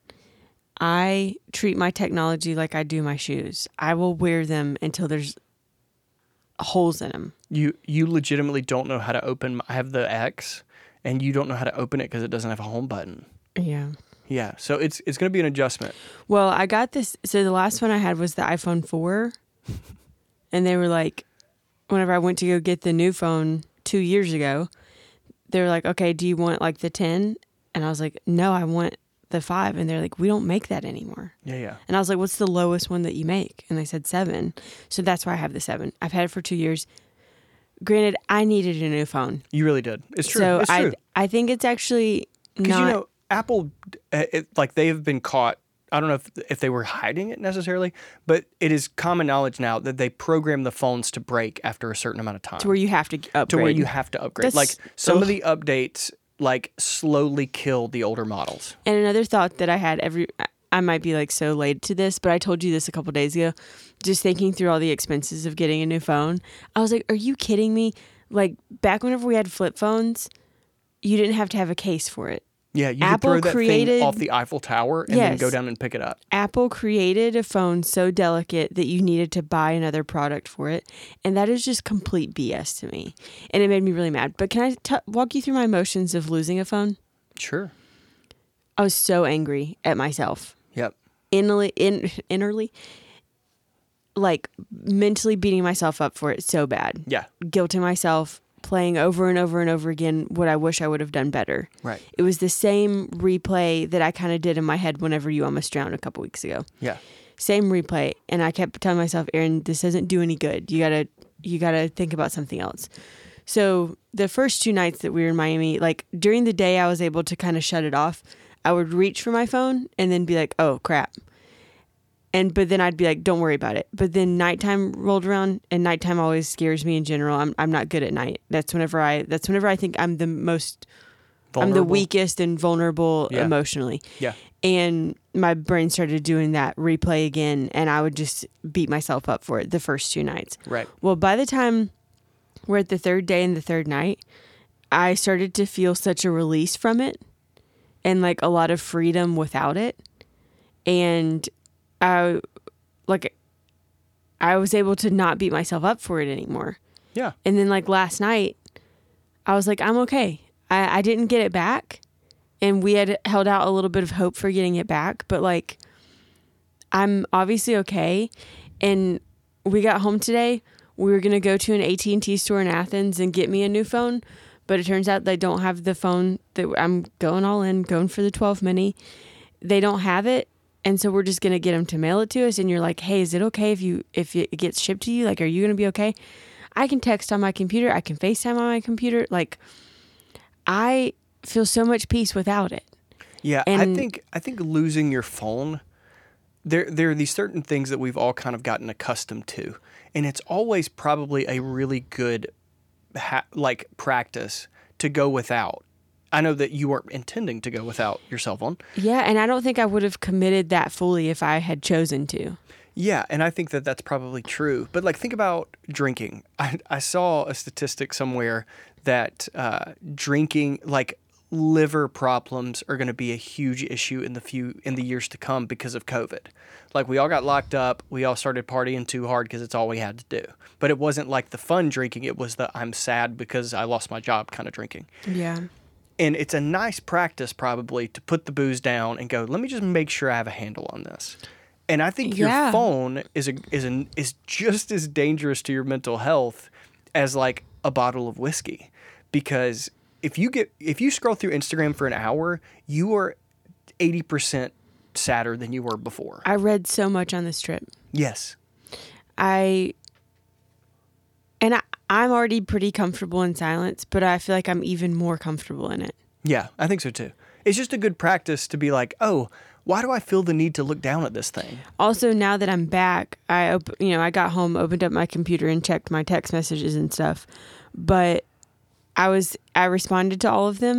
[SPEAKER 3] I treat my technology like I do my shoes. I will wear them until there's holes in them.
[SPEAKER 1] You you legitimately don't know how to open. I have the X, and you don't know how to open it because it doesn't have a home button.
[SPEAKER 3] Yeah.
[SPEAKER 1] Yeah, so it's it's going to be an adjustment.
[SPEAKER 3] Well, I got this. So the last one I had was the iPhone 4. And they were like, whenever I went to go get the new phone two years ago, they were like, okay, do you want like the 10? And I was like, no, I want the 5. And they're like, we don't make that anymore.
[SPEAKER 1] Yeah, yeah.
[SPEAKER 3] And I was like, what's the lowest one that you make? And they said seven. So that's why I have the seven. I've had it for two years. Granted, I needed a new phone.
[SPEAKER 1] You really did. It's true.
[SPEAKER 3] So
[SPEAKER 1] it's
[SPEAKER 3] I
[SPEAKER 1] true.
[SPEAKER 3] I think it's actually
[SPEAKER 1] Because
[SPEAKER 3] not
[SPEAKER 1] you know, Apple, uh, it, like they have been caught. I don't know if, if they were hiding it necessarily, but it is common knowledge now that they program the phones to break after a certain amount of time
[SPEAKER 3] to where you have to upgrade.
[SPEAKER 1] to where you have to upgrade.
[SPEAKER 3] That's-
[SPEAKER 1] like some of the updates, like slowly kill the older models.
[SPEAKER 3] And another thought that I had every I- I might be like so late to this, but I told you this a couple days ago. Just thinking through all the expenses of getting a new phone, I was like, "Are you kidding me?" Like back whenever we had flip phones, you didn't have to have a case for it.
[SPEAKER 1] Yeah, you could
[SPEAKER 3] Apple
[SPEAKER 1] throw that
[SPEAKER 3] created-
[SPEAKER 1] thing off the Eiffel Tower and then go
[SPEAKER 3] Yes.
[SPEAKER 1] down and pick it up.
[SPEAKER 3] Apple created a phone so delicate that you needed to buy another product for it, and that is just complete BS to me. And it made me really mad. But can I t- walk you through my emotions of losing a phone?
[SPEAKER 1] Sure.
[SPEAKER 3] I was so angry at myself.
[SPEAKER 1] Yep.
[SPEAKER 3] innerly, in, innerly, like mentally beating myself up for it so bad,
[SPEAKER 1] Yeah.
[SPEAKER 3] guilting myself, playing over and over and over again what I wish I would have done better.
[SPEAKER 1] Right.
[SPEAKER 3] It was the same replay that I kind of did in my head whenever you almost drowned a couple weeks ago.
[SPEAKER 1] Yeah.
[SPEAKER 3] Same replay, and I kept telling myself, Aaron, this doesn't do any good. You gotta, you gotta think about something else. So the first two nights that we were in Miami, like during the day, I was able to kind of shut it off. I would reach for my phone and then be like, "Oh crap," and but then I'd be like, "Don't worry about it." But then nighttime rolled around, and nighttime always scares me in general. I'm I'm not good at night. That's whenever I that's whenever I think I'm the most I'm the
[SPEAKER 1] Vulnerable.
[SPEAKER 3] weakest and vulnerable
[SPEAKER 1] Yeah.
[SPEAKER 3] emotionally.
[SPEAKER 1] Yeah.
[SPEAKER 3] And my brain started doing that replay again, and I would just beat myself up for it the first two nights.
[SPEAKER 1] Right.
[SPEAKER 3] Well, by the time we're at the third day and the third night, I started to feel such a release from it and like a lot of freedom without it. And I like I was able to not beat myself up for it anymore.
[SPEAKER 1] Yeah.
[SPEAKER 3] And then like last night, I was like, I'm okay. I, I didn't get it back. And we had held out a little bit of hope for getting it back, but like I'm obviously okay. And we got home today. We were gonna go to an AT and T store in Athens and get me a new phone, but it turns out they don't have the phone that I'm going all in, going for the 12 mini. They don't have it, and so we're just gonna get them to mail it to us. And you're like, hey, is it okay if you if it gets shipped to you? Like, are you gonna be okay? I can text on my computer. I can FaceTime on my computer. Like, I feel so much peace without it.
[SPEAKER 1] Yeah, I
[SPEAKER 3] And-
[SPEAKER 1] think I think losing your phone there there are these certain things that we've all kind of gotten accustomed to. And it's always probably a really good ha- like practice to go without. I know that you weren't intending to go without your cell phone.
[SPEAKER 3] Yeah, and I don't think I would have committed that fully if I had chosen to.
[SPEAKER 1] Yeah, and I think that that's probably true. But like, think about drinking. I, I saw a statistic somewhere that uh, drinking, like liver problems, are going to be a huge issue in the few in the years to come because of COVID. Like, we all got locked up. We all started partying too hard because it's all we had to do. But it wasn't like the fun drinking. It was the I'm sad because I lost my job kind of drinking
[SPEAKER 3] Yeah.
[SPEAKER 1] and it's a nice practice probably to put the booze down and go let me just make sure i have a handle on this and i think your
[SPEAKER 3] Yeah.
[SPEAKER 1] phone is a, is an, is just as dangerous to your mental health as like a bottle of whiskey because if you get if you scroll through instagram for an hour you are 80% sadder than you were before
[SPEAKER 3] I read so much on this trip.
[SPEAKER 1] yes
[SPEAKER 3] I and I, I'm already pretty comfortable in silence, but I feel like I'm even more comfortable in it.
[SPEAKER 1] yeah i think so too it's just a good practice to be like oh why do i feel the need to look down at this thing
[SPEAKER 3] Also, now that I'm back, I op- you know I got home, opened up my computer, and checked my text messages and stuff. But I was I responded to all of them,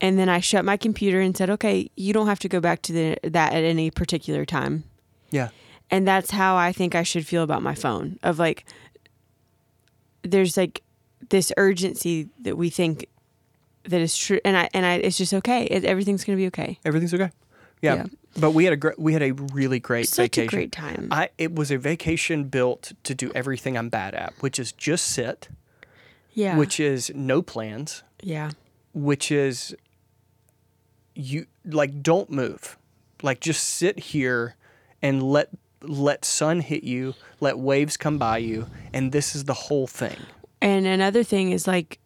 [SPEAKER 3] and then I shut my computer and said, "Okay, you don't have to go back to the, that at any particular time."
[SPEAKER 1] yeah
[SPEAKER 3] And that's how I think I should feel about my phone. Of like, there's like this urgency that we think that is true, and I and I it's just okay. It, everything's gonna be okay.
[SPEAKER 1] everything's okay Yeah.
[SPEAKER 3] Yeah.
[SPEAKER 1] But we had a gr- we had a really great
[SPEAKER 3] Such
[SPEAKER 1] vacation.
[SPEAKER 3] a great time.
[SPEAKER 1] I it was a vacation built to do everything I'm bad at, which is just sit,
[SPEAKER 3] yeah.
[SPEAKER 1] which is no plans,
[SPEAKER 3] yeah.
[SPEAKER 1] which is you like don't move. Like just sit here and let let sun hit you, let waves come by you, and this is the whole thing.
[SPEAKER 3] And another thing is like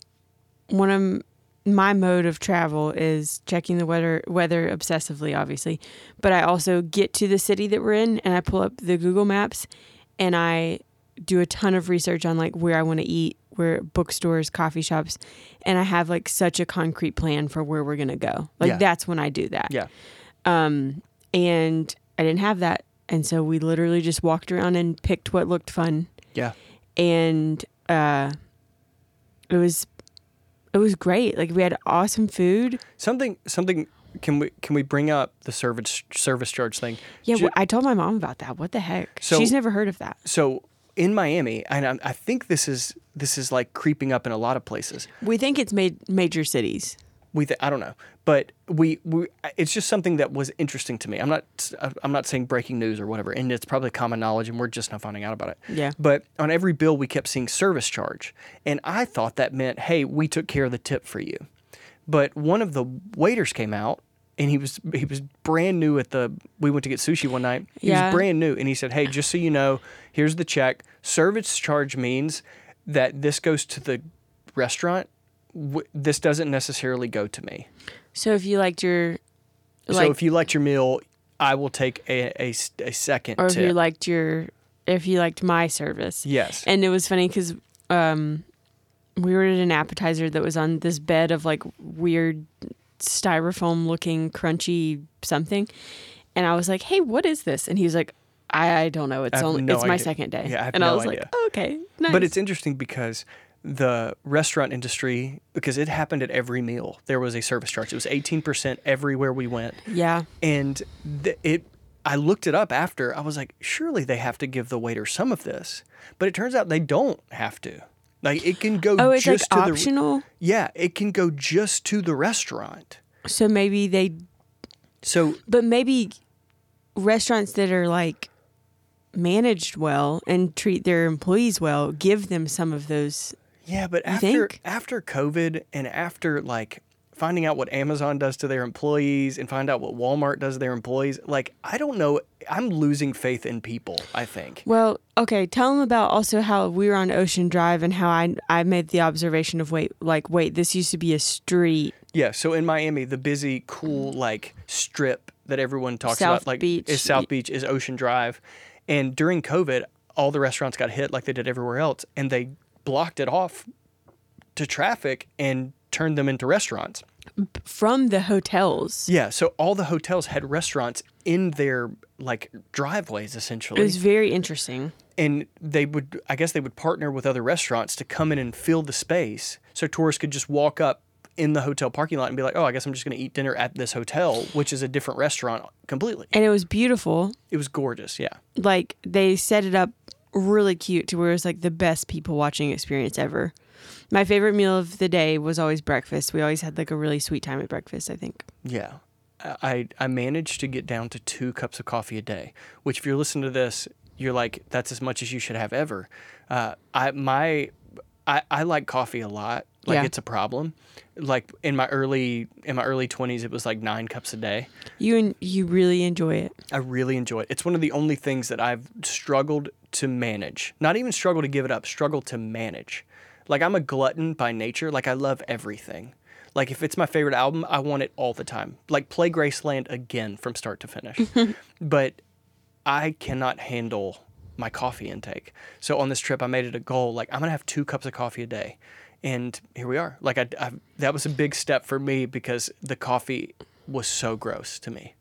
[SPEAKER 3] one of m- my mode of travel is checking the weather weather obsessively obviously, but I also get to the city that we're in and I pull up the Google Maps and I do a ton of research on like where I want to eat, where bookstores, coffee shops, and I have like such a concrete plan for where we're going to go. Like
[SPEAKER 1] Yeah.
[SPEAKER 3] that's when I do that. Um,
[SPEAKER 1] Yeah.
[SPEAKER 3] And I didn't have that. And so we literally just walked around and picked what looked fun
[SPEAKER 1] Yeah.
[SPEAKER 3] and uh, it was it was great. Like we had awesome food.
[SPEAKER 1] Something something can we can we bring up the service service charge thing?
[SPEAKER 3] Yeah,
[SPEAKER 1] Ju-
[SPEAKER 3] wh- I told my mom about that. What the heck?
[SPEAKER 1] So-
[SPEAKER 3] She's never heard of that.
[SPEAKER 1] so in Miami, and I, I think this is this is like creeping up in a lot of places.
[SPEAKER 3] We think it's made major cities.
[SPEAKER 1] We th- I don't know, but we, we it's just something that was interesting to me. I'm not uh, I'm not saying breaking news or whatever, and it's probably common knowledge, and we're just now finding out about it.
[SPEAKER 3] Yeah.
[SPEAKER 1] But on every bill, we kept seeing service charge, and I thought that meant hey, we took care of the tip for you. But one of the waiters came out. And he was he was brand new at the. We went to get sushi one night. He
[SPEAKER 3] Yeah.
[SPEAKER 1] was brand new, and he said, "Hey, just so you know, here's the check. Service charge means that this goes to the restaurant. W- this doesn't necessarily go to me.
[SPEAKER 3] So if you liked your like,
[SPEAKER 1] so if you liked your meal, I will take a a, s- a second
[SPEAKER 3] or if you
[SPEAKER 1] tip.
[SPEAKER 3] liked your if you liked my service,
[SPEAKER 1] yes,
[SPEAKER 3] And it was funny because um, we ordered an appetizer that was on this bed of like weird styrofoam looking crunchy something. And I was like, hey, what is this? And he was like, I, I don't know. It's
[SPEAKER 1] have
[SPEAKER 3] only
[SPEAKER 1] no
[SPEAKER 3] it's my
[SPEAKER 1] idea.
[SPEAKER 3] second day.
[SPEAKER 1] Yeah, I have
[SPEAKER 3] and I
[SPEAKER 1] no
[SPEAKER 3] was like,
[SPEAKER 1] idea.
[SPEAKER 3] oh, okay, nice.
[SPEAKER 1] but it's interesting because the restaurant industry because it happened at every meal. There was a service charge. It was eighteen percent everywhere we went.
[SPEAKER 3] yeah,
[SPEAKER 1] and th- it i looked it up after i was like surely they have to give the waiter some of this but it turns out they don't have to like it can go
[SPEAKER 3] Oh, it's, like,
[SPEAKER 1] just to
[SPEAKER 3] optional?
[SPEAKER 1] the yeah it can go just to the restaurant
[SPEAKER 3] so maybe they,
[SPEAKER 1] so
[SPEAKER 3] but maybe restaurants that are like managed well and treat their employees well give them some of those.
[SPEAKER 1] yeah but after
[SPEAKER 3] think?
[SPEAKER 1] after covid and after like finding out what amazon does to their employees and find out what walmart does to their employees like i don't know i'm losing faith in people i think
[SPEAKER 3] Well, okay. Tell them about also how we were on Ocean Drive and how I I made the observation of wait, like wait, this used to be a street.
[SPEAKER 1] Yeah, so in Miami, the busy, cool, like strip that everyone talks
[SPEAKER 3] Mm. South
[SPEAKER 1] about, like
[SPEAKER 3] Beach.
[SPEAKER 1] is South Beach, is Ocean Drive, and during COVID, all the restaurants got hit like they did everywhere else, and they blocked it off to traffic and turned them into restaurants.
[SPEAKER 3] from the hotels.
[SPEAKER 1] Yeah, so all the hotels had restaurants in their like driveways essentially,
[SPEAKER 3] It was very interesting.
[SPEAKER 1] and they would, I guess, they would partner with other restaurants to come in and fill the space, so tourists could just walk up in the hotel parking lot and be like, "Oh, I guess I'm just going to eat dinner at this hotel, which is a different restaurant completely."
[SPEAKER 3] And it was beautiful.
[SPEAKER 1] It was gorgeous, yeah.
[SPEAKER 3] Like they set it up really cute to where it was like the best people watching experience ever. My favorite meal of the day was always breakfast. We always had like a really sweet time at breakfast, I think.
[SPEAKER 1] Yeah. I, I managed to get down to two cups of coffee a day, which if you're listening to this, you're like, that's as much as you should have ever. Uh, I, my, I, I like coffee a lot. Like
[SPEAKER 3] Yeah.
[SPEAKER 1] it's a problem. Like in my early, in my early twenties, it was like nine cups a day.
[SPEAKER 3] You and you really enjoy it.
[SPEAKER 1] I really enjoy it. It's one of the only things that I've struggled to manage. Not even struggle to give it up, struggle to manage. Like I'm a glutton by nature. Like I love everything. Like if it's my favorite album, I want it all the time. Like play Graceland again from start to finish. but I cannot handle my coffee intake. So on this trip, I made it a goal. Like I'm gonna have two cups of coffee a day, and here we are. Like I, I that was a big step for me because the coffee was so gross to me.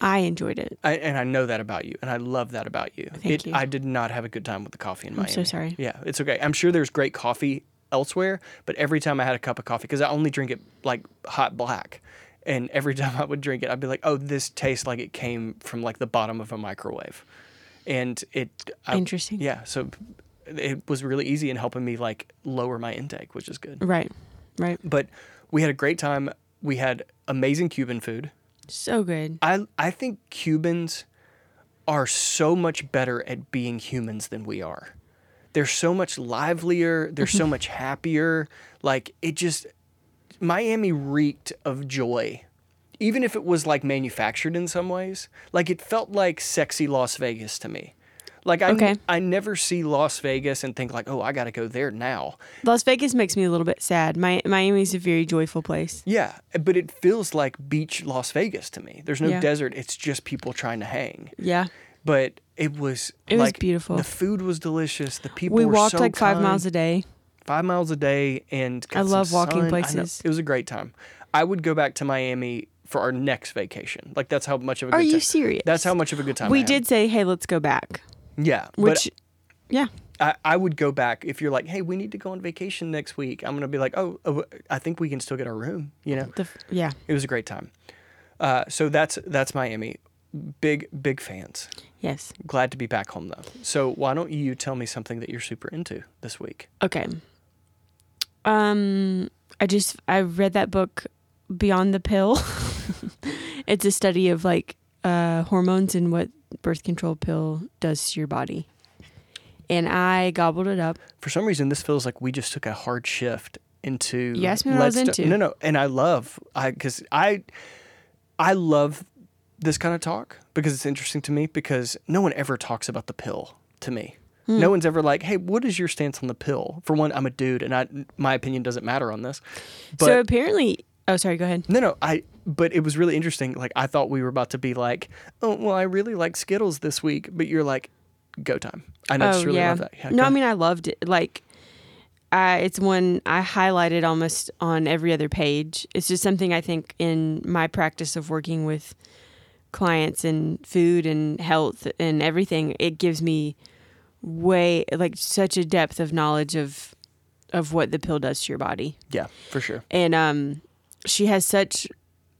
[SPEAKER 3] I enjoyed it.
[SPEAKER 1] I, and I know that about you, and I love that about you.
[SPEAKER 3] Thank
[SPEAKER 1] it,
[SPEAKER 3] you.
[SPEAKER 1] I did not have a good time with the coffee in Miami.
[SPEAKER 3] so sorry.
[SPEAKER 1] Yeah, it's okay. I'm sure there's great coffee elsewhere, but every time I had a cup of coffee, because I only drink it like hot black, and every time I would drink it, I'd be like, "Oh, this tastes like it came from like the bottom of a microwave," and it. I,
[SPEAKER 3] Interesting.
[SPEAKER 1] Yeah, so it was really easy in helping me like lower my intake, which is good.
[SPEAKER 3] Right. Right.
[SPEAKER 1] But we had a great time. We had amazing Cuban food.
[SPEAKER 3] So good.
[SPEAKER 1] I I think Cubans are so much better at being humans than we are. They're so much livelier, they're so much happier. Like it just Miami reeked of joy. Even if it was like manufactured in some ways, like it felt like sexy Las Vegas to me. Like I,
[SPEAKER 3] Okay.
[SPEAKER 1] I never see Las Vegas and think like, oh, I got to go there now.
[SPEAKER 3] Las Vegas makes me a little bit sad. Mi- Miami's a very joyful place.
[SPEAKER 1] Yeah, but it feels like beach Las Vegas to me. There's no
[SPEAKER 3] Yeah.
[SPEAKER 1] desert. It's just people trying to hang.
[SPEAKER 3] Yeah.
[SPEAKER 1] but it was
[SPEAKER 3] It was
[SPEAKER 1] like,
[SPEAKER 3] beautiful.
[SPEAKER 1] The food was delicious. The people
[SPEAKER 3] We
[SPEAKER 1] were so
[SPEAKER 3] walked like five
[SPEAKER 1] kind.
[SPEAKER 3] miles a day.
[SPEAKER 1] Five miles a day, and got
[SPEAKER 3] I
[SPEAKER 1] some
[SPEAKER 3] love walking
[SPEAKER 1] sun. I know.
[SPEAKER 3] places.
[SPEAKER 1] It was a great time. I would go back to Miami for our next vacation. Like that's how much of a
[SPEAKER 3] Are
[SPEAKER 1] good
[SPEAKER 3] you
[SPEAKER 1] time.
[SPEAKER 3] serious?
[SPEAKER 1] That's how much of a good time I
[SPEAKER 3] we
[SPEAKER 1] had.
[SPEAKER 3] did say, hey, let's go back.
[SPEAKER 1] Yeah,
[SPEAKER 3] Which,
[SPEAKER 1] but
[SPEAKER 3] yeah.
[SPEAKER 1] I, I would go back if you're like, hey, we need to go on vacation next week. I'm gonna be like, oh, oh I think we can still get our room. You know,
[SPEAKER 3] The, f- yeah.
[SPEAKER 1] it was a great time. Uh, so that's that's Miami. Big big fans.
[SPEAKER 3] Yes.
[SPEAKER 1] Glad to be back home though. So why don't you tell me something that you're super into this week?
[SPEAKER 3] Okay. Um, I just I read that book, Beyond the Pill. it's a study of like uh, hormones and what birth control pill does to your body. And I gobbled it up.
[SPEAKER 1] for some reason this feels like we just took a hard shift into
[SPEAKER 3] You asked me what I was
[SPEAKER 1] let's do-
[SPEAKER 3] into.
[SPEAKER 1] no no and i love i because i i love this kind of talk because it's interesting to me because no one ever talks about the pill to me
[SPEAKER 3] Hmm.
[SPEAKER 1] no one's ever like hey what is your stance on the pill for one i'm a dude and i my opinion doesn't matter on this but
[SPEAKER 3] so apparently, oh sorry, go ahead.
[SPEAKER 1] no no i but it was really interesting like i thought we were about to be like oh well i really like skittles this week but you're like go time and i just really love that Yeah,
[SPEAKER 3] Oh, no,
[SPEAKER 1] go.
[SPEAKER 3] I mean I loved it. Like, I it's one I highlighted almost on every other page. It's just something I think in my practice of working with clients and food and health and everything, it gives me way like such a depth of knowledge of of what the pill does to your body.
[SPEAKER 1] yeah for sure
[SPEAKER 3] And um, she has such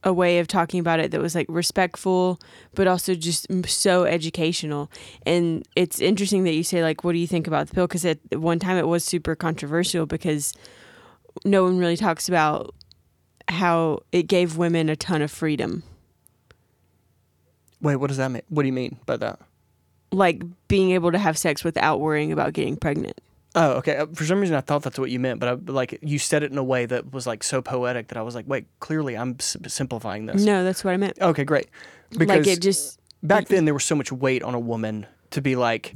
[SPEAKER 3] a way of talking about it that was like respectful, but also just m- so educational. And it's interesting that you say like, "What do you think about the pill?" Because at one time it was super controversial because no one really talks about how it gave women a ton of freedom,
[SPEAKER 1] wait what does that mean what do you mean by that
[SPEAKER 3] like being able to have sex without worrying about getting pregnant.
[SPEAKER 1] Oh, okay. Uh, For some reason, I thought that's what you meant, but I, like you said it in a way that was like so poetic that I was like, wait, clearly I'm s- simplifying this.
[SPEAKER 3] No, that's what I meant.
[SPEAKER 1] Okay, great. Because
[SPEAKER 3] like it just
[SPEAKER 1] back then there was so much weight on a woman to be like,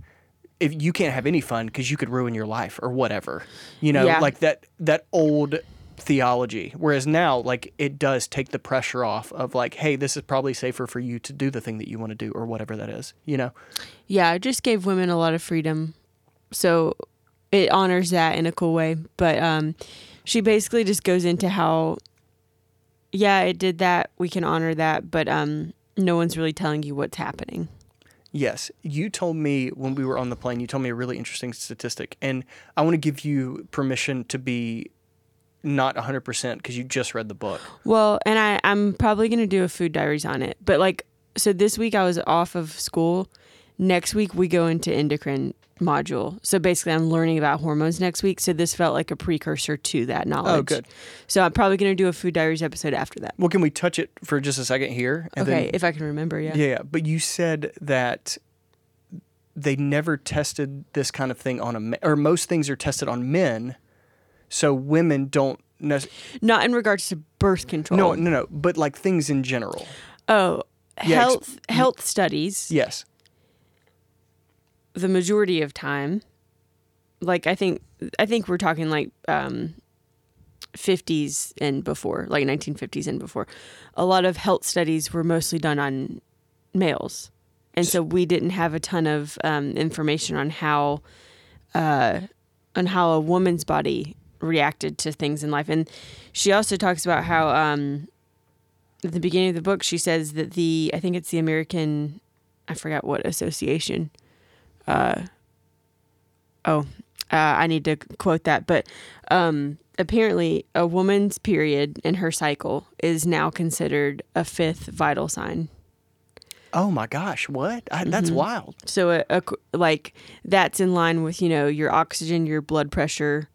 [SPEAKER 1] if you can't have any fun because you could ruin your life or whatever, you know,
[SPEAKER 3] Yeah.
[SPEAKER 1] like that that old theology. Whereas now, like it does take the pressure off of like, hey, this is probably safer for you to do the thing that you want to do or whatever that is, you know.
[SPEAKER 3] Yeah, it just gave women a lot of freedom. So it honors that in a cool way. But um, she basically just goes into how, yeah, it did that. We can honor that. But um, no one's really telling you what's happening.
[SPEAKER 1] Yes. You told me when we were on the plane, you told me a really interesting statistic. And I want to give you permission to be not 100% because you just read the book.
[SPEAKER 3] Well, and I, I'm probably going to do a food diaries on it. But like, so this week I was off of school. Next week we go into endocrine module. So basically I'm learning about hormones next week. So this felt like a precursor to that knowledge.
[SPEAKER 1] good.
[SPEAKER 3] So I'm probably going to do a food diaries episode after that.
[SPEAKER 1] Well, can we touch it for just a second here? And
[SPEAKER 3] okay,
[SPEAKER 1] then-
[SPEAKER 3] if I can remember, yeah.
[SPEAKER 1] yeah, yeah. But you said that they never tested this kind of thing on a me- or most things are tested on men. So women don't. nec-
[SPEAKER 3] Not in regards to birth control.
[SPEAKER 1] no, no, no. But like things in general.
[SPEAKER 3] Oh,
[SPEAKER 1] Yeah, ex-
[SPEAKER 3] health health studies
[SPEAKER 1] Yes.
[SPEAKER 3] the majority of time. Like I think I think we're talking like um 50s and before, like 1950s and before. A lot of health studies were mostly done on males. And so we didn't have a ton of um, information on how uh, on how a woman's body reacted to things in life. And she also talks about how um, at the beginning of the book, she says that the I think it's the American, I forgot what association. Uh, oh, uh, I need to quote that, but um, apparently a woman's period and her cycle is now considered a fifth vital sign.
[SPEAKER 1] Oh my gosh, what? I, That's
[SPEAKER 3] Mm-hmm.
[SPEAKER 1] wild.
[SPEAKER 3] So, uh, a, a, like that's in line with you know your oxygen, your blood pressure,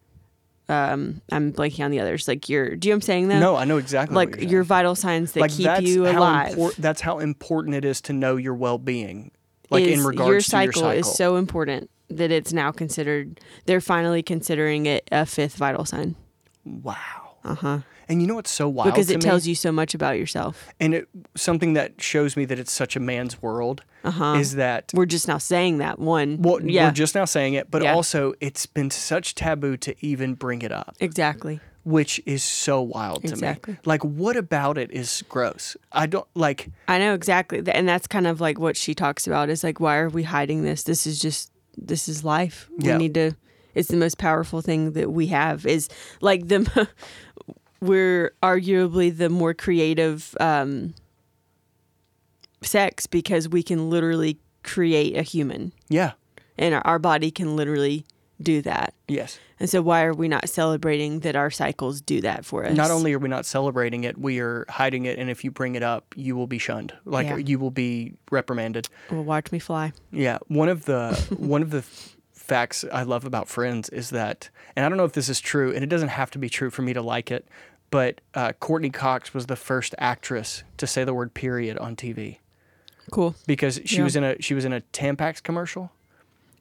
[SPEAKER 3] um I'm blanking on the others. Like your do you know what I'm saying though?
[SPEAKER 1] No, I know exactly. what
[SPEAKER 3] like
[SPEAKER 1] you're
[SPEAKER 3] your
[SPEAKER 1] saying.
[SPEAKER 3] vital signs that
[SPEAKER 1] like
[SPEAKER 3] keep
[SPEAKER 1] that's
[SPEAKER 3] you
[SPEAKER 1] how
[SPEAKER 3] alive.
[SPEAKER 1] impor- that's how important it is to know your well-being. Like in
[SPEAKER 3] is-
[SPEAKER 1] regards
[SPEAKER 3] your
[SPEAKER 1] to your
[SPEAKER 3] cycle
[SPEAKER 1] cycle
[SPEAKER 3] is so important that it's now considered they're finally considering it a fifth vital sign.
[SPEAKER 1] wow. Uh huh. And you know what's so wild
[SPEAKER 3] Because
[SPEAKER 1] to
[SPEAKER 3] it
[SPEAKER 1] me?
[SPEAKER 3] tells you so much about yourself.
[SPEAKER 1] and it, something that shows me that it's such a man's world
[SPEAKER 3] Uh-huh.
[SPEAKER 1] is that
[SPEAKER 3] We're just now saying that one.
[SPEAKER 1] well,
[SPEAKER 3] yeah.
[SPEAKER 1] we're just now saying it, but
[SPEAKER 3] Yeah.
[SPEAKER 1] also it's been such taboo to even bring it up,
[SPEAKER 3] exactly.
[SPEAKER 1] which is so wild to
[SPEAKER 3] Exactly.
[SPEAKER 1] me. Like, what about it is gross? I don't like.
[SPEAKER 3] I know exactly. Th- And that's kind of like what she talks about is like, why are we hiding this? This is just, this is life.
[SPEAKER 1] Yeah.
[SPEAKER 3] We need to, it's the most powerful thing that we have is like the, mo- we're arguably the more creative um, sex because we can literally create a human
[SPEAKER 1] Yeah.
[SPEAKER 3] and our, our body can literally do that.
[SPEAKER 1] Yes.
[SPEAKER 3] And so why are we not celebrating that our cycles do that for us?
[SPEAKER 1] Not only are we not celebrating it, we are hiding it, and if you bring it up, you will be shunned. Like
[SPEAKER 3] Yeah.
[SPEAKER 1] you will be reprimanded.
[SPEAKER 3] Well, watch me fly.
[SPEAKER 1] Yeah, one of the one of the f- facts I love about Friends is that, and I don't know if this is true, and it doesn't have to be true for me to like it, but uh, Courtney Cox was the first actress to say the word period on TV
[SPEAKER 3] Cool.
[SPEAKER 1] because she
[SPEAKER 3] Yeah.
[SPEAKER 1] was in a she was in a Tampax commercial,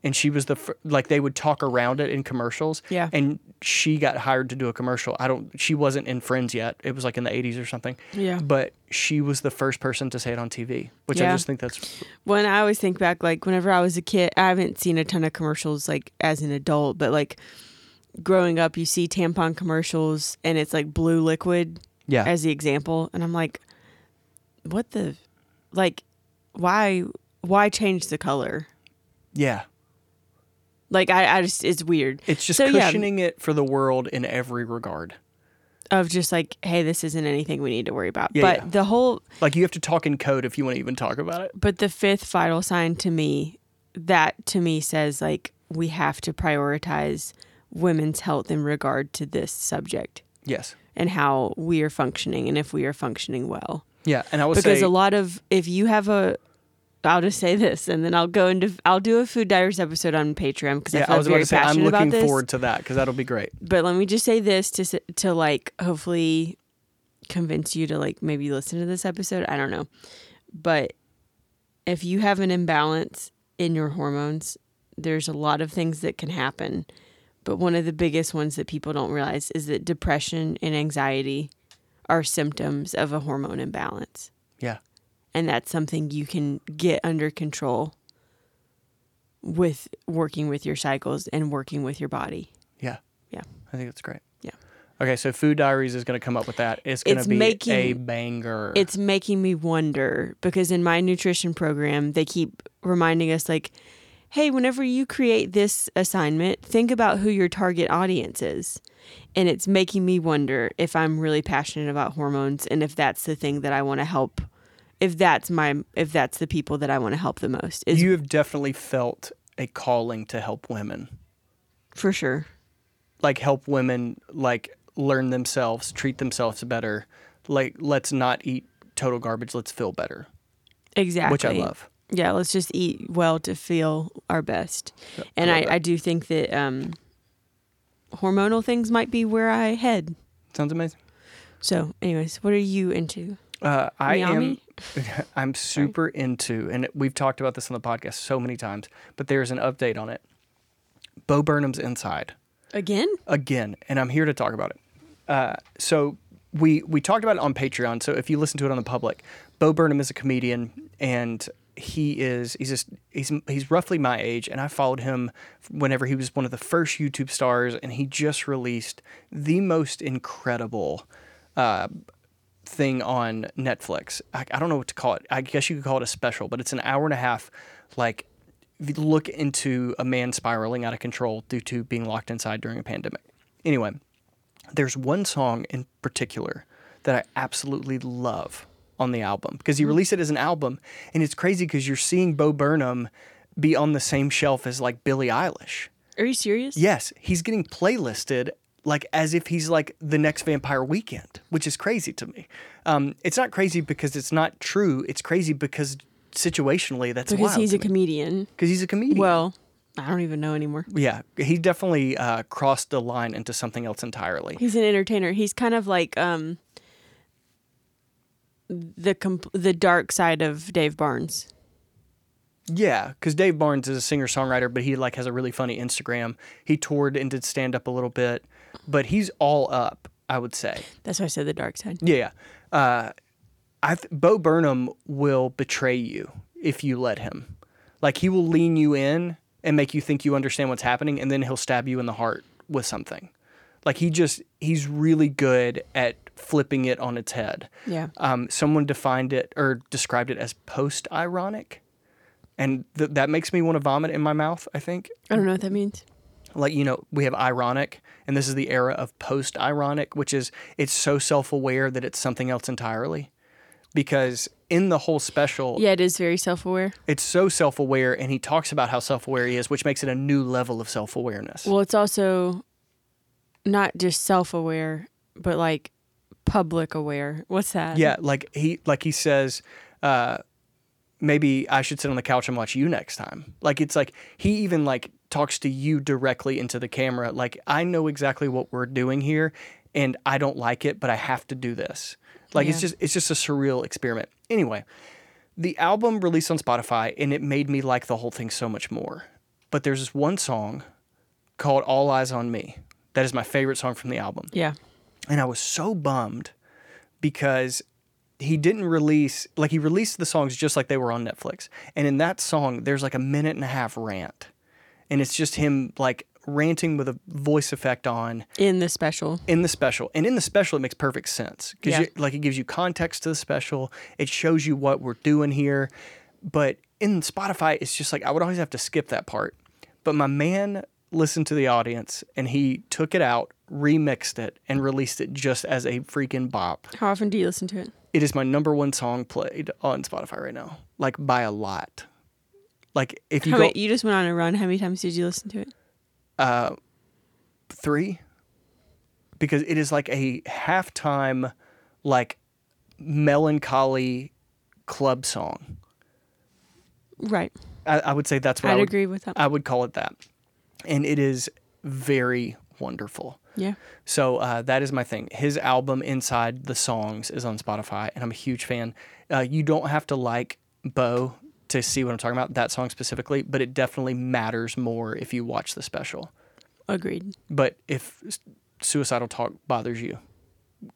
[SPEAKER 1] and she was the fir- like they would talk around it in commercials.
[SPEAKER 3] Yeah.
[SPEAKER 1] and she got hired to do a commercial. I don't. She wasn't in Friends yet. It was like in the '80s or something.
[SPEAKER 3] Yeah.
[SPEAKER 1] but she was the first person to say it on TV, which I
[SPEAKER 3] Oh. Yeah.
[SPEAKER 1] just think that's
[SPEAKER 3] When I always think back, like whenever I was a kid, I haven't seen a ton of commercials like as an adult, but like growing up, you see tampon commercials and it's like blue liquid
[SPEAKER 1] yeah.
[SPEAKER 3] as the example. And I'm like, what the, like, why, why change the color?
[SPEAKER 1] yeah.
[SPEAKER 3] Like, I, I just, it's weird.
[SPEAKER 1] It's just
[SPEAKER 3] So, yeah.
[SPEAKER 1] cushioning it for the world in every regard.
[SPEAKER 3] Of just like, hey, this isn't anything we need to worry about.
[SPEAKER 1] Yeah,
[SPEAKER 3] but
[SPEAKER 1] yeah.
[SPEAKER 3] the whole,
[SPEAKER 1] Like you have to talk in code if you want to even talk about it.
[SPEAKER 3] but the fifth vital sign to me that to me says like we have to prioritize women's health in regard to this subject
[SPEAKER 1] Yes.
[SPEAKER 3] and how we are functioning and if we are functioning well
[SPEAKER 1] Yeah, and I would
[SPEAKER 3] because
[SPEAKER 1] say
[SPEAKER 3] a lot of if you have a I'll just say this, and then I'll go into I'll do a food divers episode on Patreon because
[SPEAKER 1] yeah,
[SPEAKER 3] I feel
[SPEAKER 1] I was about
[SPEAKER 3] very
[SPEAKER 1] to say I'm
[SPEAKER 3] passionate
[SPEAKER 1] looking
[SPEAKER 3] about this
[SPEAKER 1] forward to that because that'll be great.
[SPEAKER 3] but let me just say this to s- to like hopefully convince you to like maybe listen to this episode. I don't know, but if you have an imbalance in your hormones, there's a lot of things that can happen. But one of the biggest ones that people don't realize is that depression and anxiety are symptoms of a hormone imbalance,
[SPEAKER 1] Yeah,
[SPEAKER 3] and that's something you can get under control with working with your cycles and working with your body.
[SPEAKER 1] yeah,
[SPEAKER 3] Yeah.
[SPEAKER 1] I think that's great.
[SPEAKER 3] Yeah.
[SPEAKER 1] Okay, so Food Diaries is going to come up with that. It's going
[SPEAKER 3] It's
[SPEAKER 1] to be a
[SPEAKER 3] making-
[SPEAKER 1] banger.
[SPEAKER 3] it's making me wonder because in my nutrition program they keep reminding us like hey whenever you create this assignment think about who your target audience is and it's making me wonder if i'm really passionate about hormones and if that's the thing that i want to help if that's my if that's the people that i want to help the most is
[SPEAKER 1] you have definitely felt a calling to help women,
[SPEAKER 3] for sure
[SPEAKER 1] like help women like learn themselves, treat themselves better. Like let's not eat total garbage. Let's feel better,
[SPEAKER 3] exactly
[SPEAKER 1] which I love.
[SPEAKER 3] yeah let's just eat well to feel our best and
[SPEAKER 1] love
[SPEAKER 3] I,
[SPEAKER 1] that.
[SPEAKER 3] I do think that um hormonal things might be where i head
[SPEAKER 1] Sounds amazing.
[SPEAKER 3] So, anyways, what are you into?
[SPEAKER 1] Uh, I
[SPEAKER 3] Miami?
[SPEAKER 1] am. I'm super into, and we've talked about this on the podcast so many times, but there's an update on it. Bo Burnham's inside
[SPEAKER 3] Again?
[SPEAKER 1] again, and I'm here to talk about it. Uh, so we we talked about it on Patreon. So if you listen to it on the public, Bo Burnham is a comedian, and he is he's just he's he's roughly my age, and I followed him whenever he was one of the first YouTube stars, and he just released the most incredible thing on Netflix. I, I don't know what to call it. I guess you could call it a special, but it's an hour and a half, like v- look into a man spiraling out of control due to being locked inside during a pandemic. Anyway, there's one song in particular that I absolutely love on the album because he released it as an album, and it's crazy because you're seeing Bo Burnham be on the same shelf as like Billie Eilish.
[SPEAKER 3] Are you serious?
[SPEAKER 1] Yes, he's getting playlisted like as if he's like the next Vampire Weekend, which is crazy to me. Um, it's not crazy because it's not true. It's crazy because situationally that's
[SPEAKER 3] Because he's a
[SPEAKER 1] because
[SPEAKER 3] comedian.
[SPEAKER 1] he's a comedian.
[SPEAKER 3] Well, I don't even know anymore.
[SPEAKER 1] Yeah, he definitely uh, crossed the line into something else entirely.
[SPEAKER 3] He's an entertainer. He's kind of like um the comp- the dark side of Dave Barnes.
[SPEAKER 1] Yeah, because Dave Barnes is a singer songwriter, but he like has a really funny Instagram. He toured and did stand up a little bit, but he's all up. I would say.
[SPEAKER 3] That's why I said the dark side.
[SPEAKER 1] Yeah. Uh, I th- Bo Burnham will betray you if you let him. Like he will lean you in and make you think you understand what's happening, and then he'll stab you in the heart with something. Like he just he's really good at flipping it on its head.
[SPEAKER 3] Yeah.
[SPEAKER 1] Um, someone defined it or described it as post ironic. And th- that makes me want to vomit in my mouth, I think
[SPEAKER 3] I don't know what that means.
[SPEAKER 1] like you know we have ironic and this is the era of post ironic which is it's so self-aware that it's something else entirely because in the whole special
[SPEAKER 3] Yeah, it is very self-aware.
[SPEAKER 1] it's so self-aware and he talks about how self-aware he is which makes it a new level of self-awareness
[SPEAKER 3] Well, it's also not just self-aware, but like public aware. What's that?
[SPEAKER 1] yeah like he like he says uh maybe i should sit on the couch and watch you next time like it's like he even like talks to you directly into the camera like i know exactly what we're doing here and i don't like it but i have to do this like it's
[SPEAKER 3] Yeah.
[SPEAKER 1] just it's just a surreal experiment anyway the album released on spotify and it made me like the whole thing so much more but there's this one song called all eyes on me that is my favorite song from the album
[SPEAKER 3] Yeah.
[SPEAKER 1] and I was so bummed because he didn't release like he released the songs just like they were on Netflix. And in that song, there's like a minute and a half rant, and it's just him like ranting with a voice effect on
[SPEAKER 3] In the special.
[SPEAKER 1] in the special. And in the special, it makes perfect sense because
[SPEAKER 3] Yeah.
[SPEAKER 1] like it gives you context to the special. It shows you what we're doing here. But in Spotify, it's just like I would always have to skip that part. But my man listened to the audience and he took it out, remixed it, and released it just as a freaking bop.
[SPEAKER 3] How often do you listen to it?
[SPEAKER 1] It is my number one song played on Spotify right now, like by a lot. Like if you
[SPEAKER 3] How
[SPEAKER 1] go
[SPEAKER 3] many, you just went on a run. How many times did you listen to it?
[SPEAKER 1] three because it is like a halftime like melancholy club song
[SPEAKER 3] Right.
[SPEAKER 1] i, I would say that's what
[SPEAKER 3] I'd
[SPEAKER 1] I would, Uh,
[SPEAKER 3] agree with that.
[SPEAKER 1] i would call it that and it is very wonderful
[SPEAKER 3] yeah.
[SPEAKER 1] so uh, that is my thing his album inside the songs is on spotify and i'm a huge fan uh, you don't have to like bo to see what i'm talking about that song specifically but it definitely matters more if you watch the special
[SPEAKER 3] Agreed.
[SPEAKER 1] But if s- suicidal talk bothers you,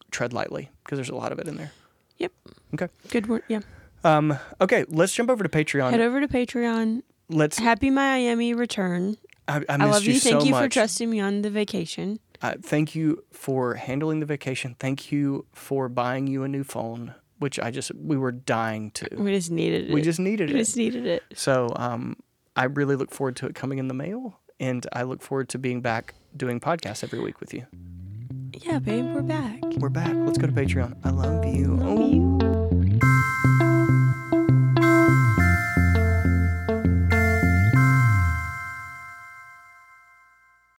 [SPEAKER 1] tread lightly because there's a lot of it in there.
[SPEAKER 3] Yep.
[SPEAKER 1] Okay.
[SPEAKER 3] Good word. Yeah.
[SPEAKER 1] Um, okay, let's jump over to
[SPEAKER 3] Head
[SPEAKER 1] Patreon.
[SPEAKER 3] over to Patreon.
[SPEAKER 1] Let's.
[SPEAKER 3] Happy Miami return.
[SPEAKER 1] I, I, missed
[SPEAKER 3] I love you.
[SPEAKER 1] you, so
[SPEAKER 3] Thank you for
[SPEAKER 1] much.
[SPEAKER 3] trusting me on the vacation.
[SPEAKER 1] uh, thank you for handling the vacation. Thank you for buying you a new phone, which I just we were dying to.
[SPEAKER 3] We just needed it.
[SPEAKER 1] We just needed
[SPEAKER 3] we just
[SPEAKER 1] it.
[SPEAKER 3] needed it.
[SPEAKER 1] So um, I really look forward to it coming in the mail, and I look forward to being back doing podcasts every week with you.
[SPEAKER 3] Yeah, babe, we're back.
[SPEAKER 1] We're back. Let's go to Patreon. I love you.
[SPEAKER 3] Love you.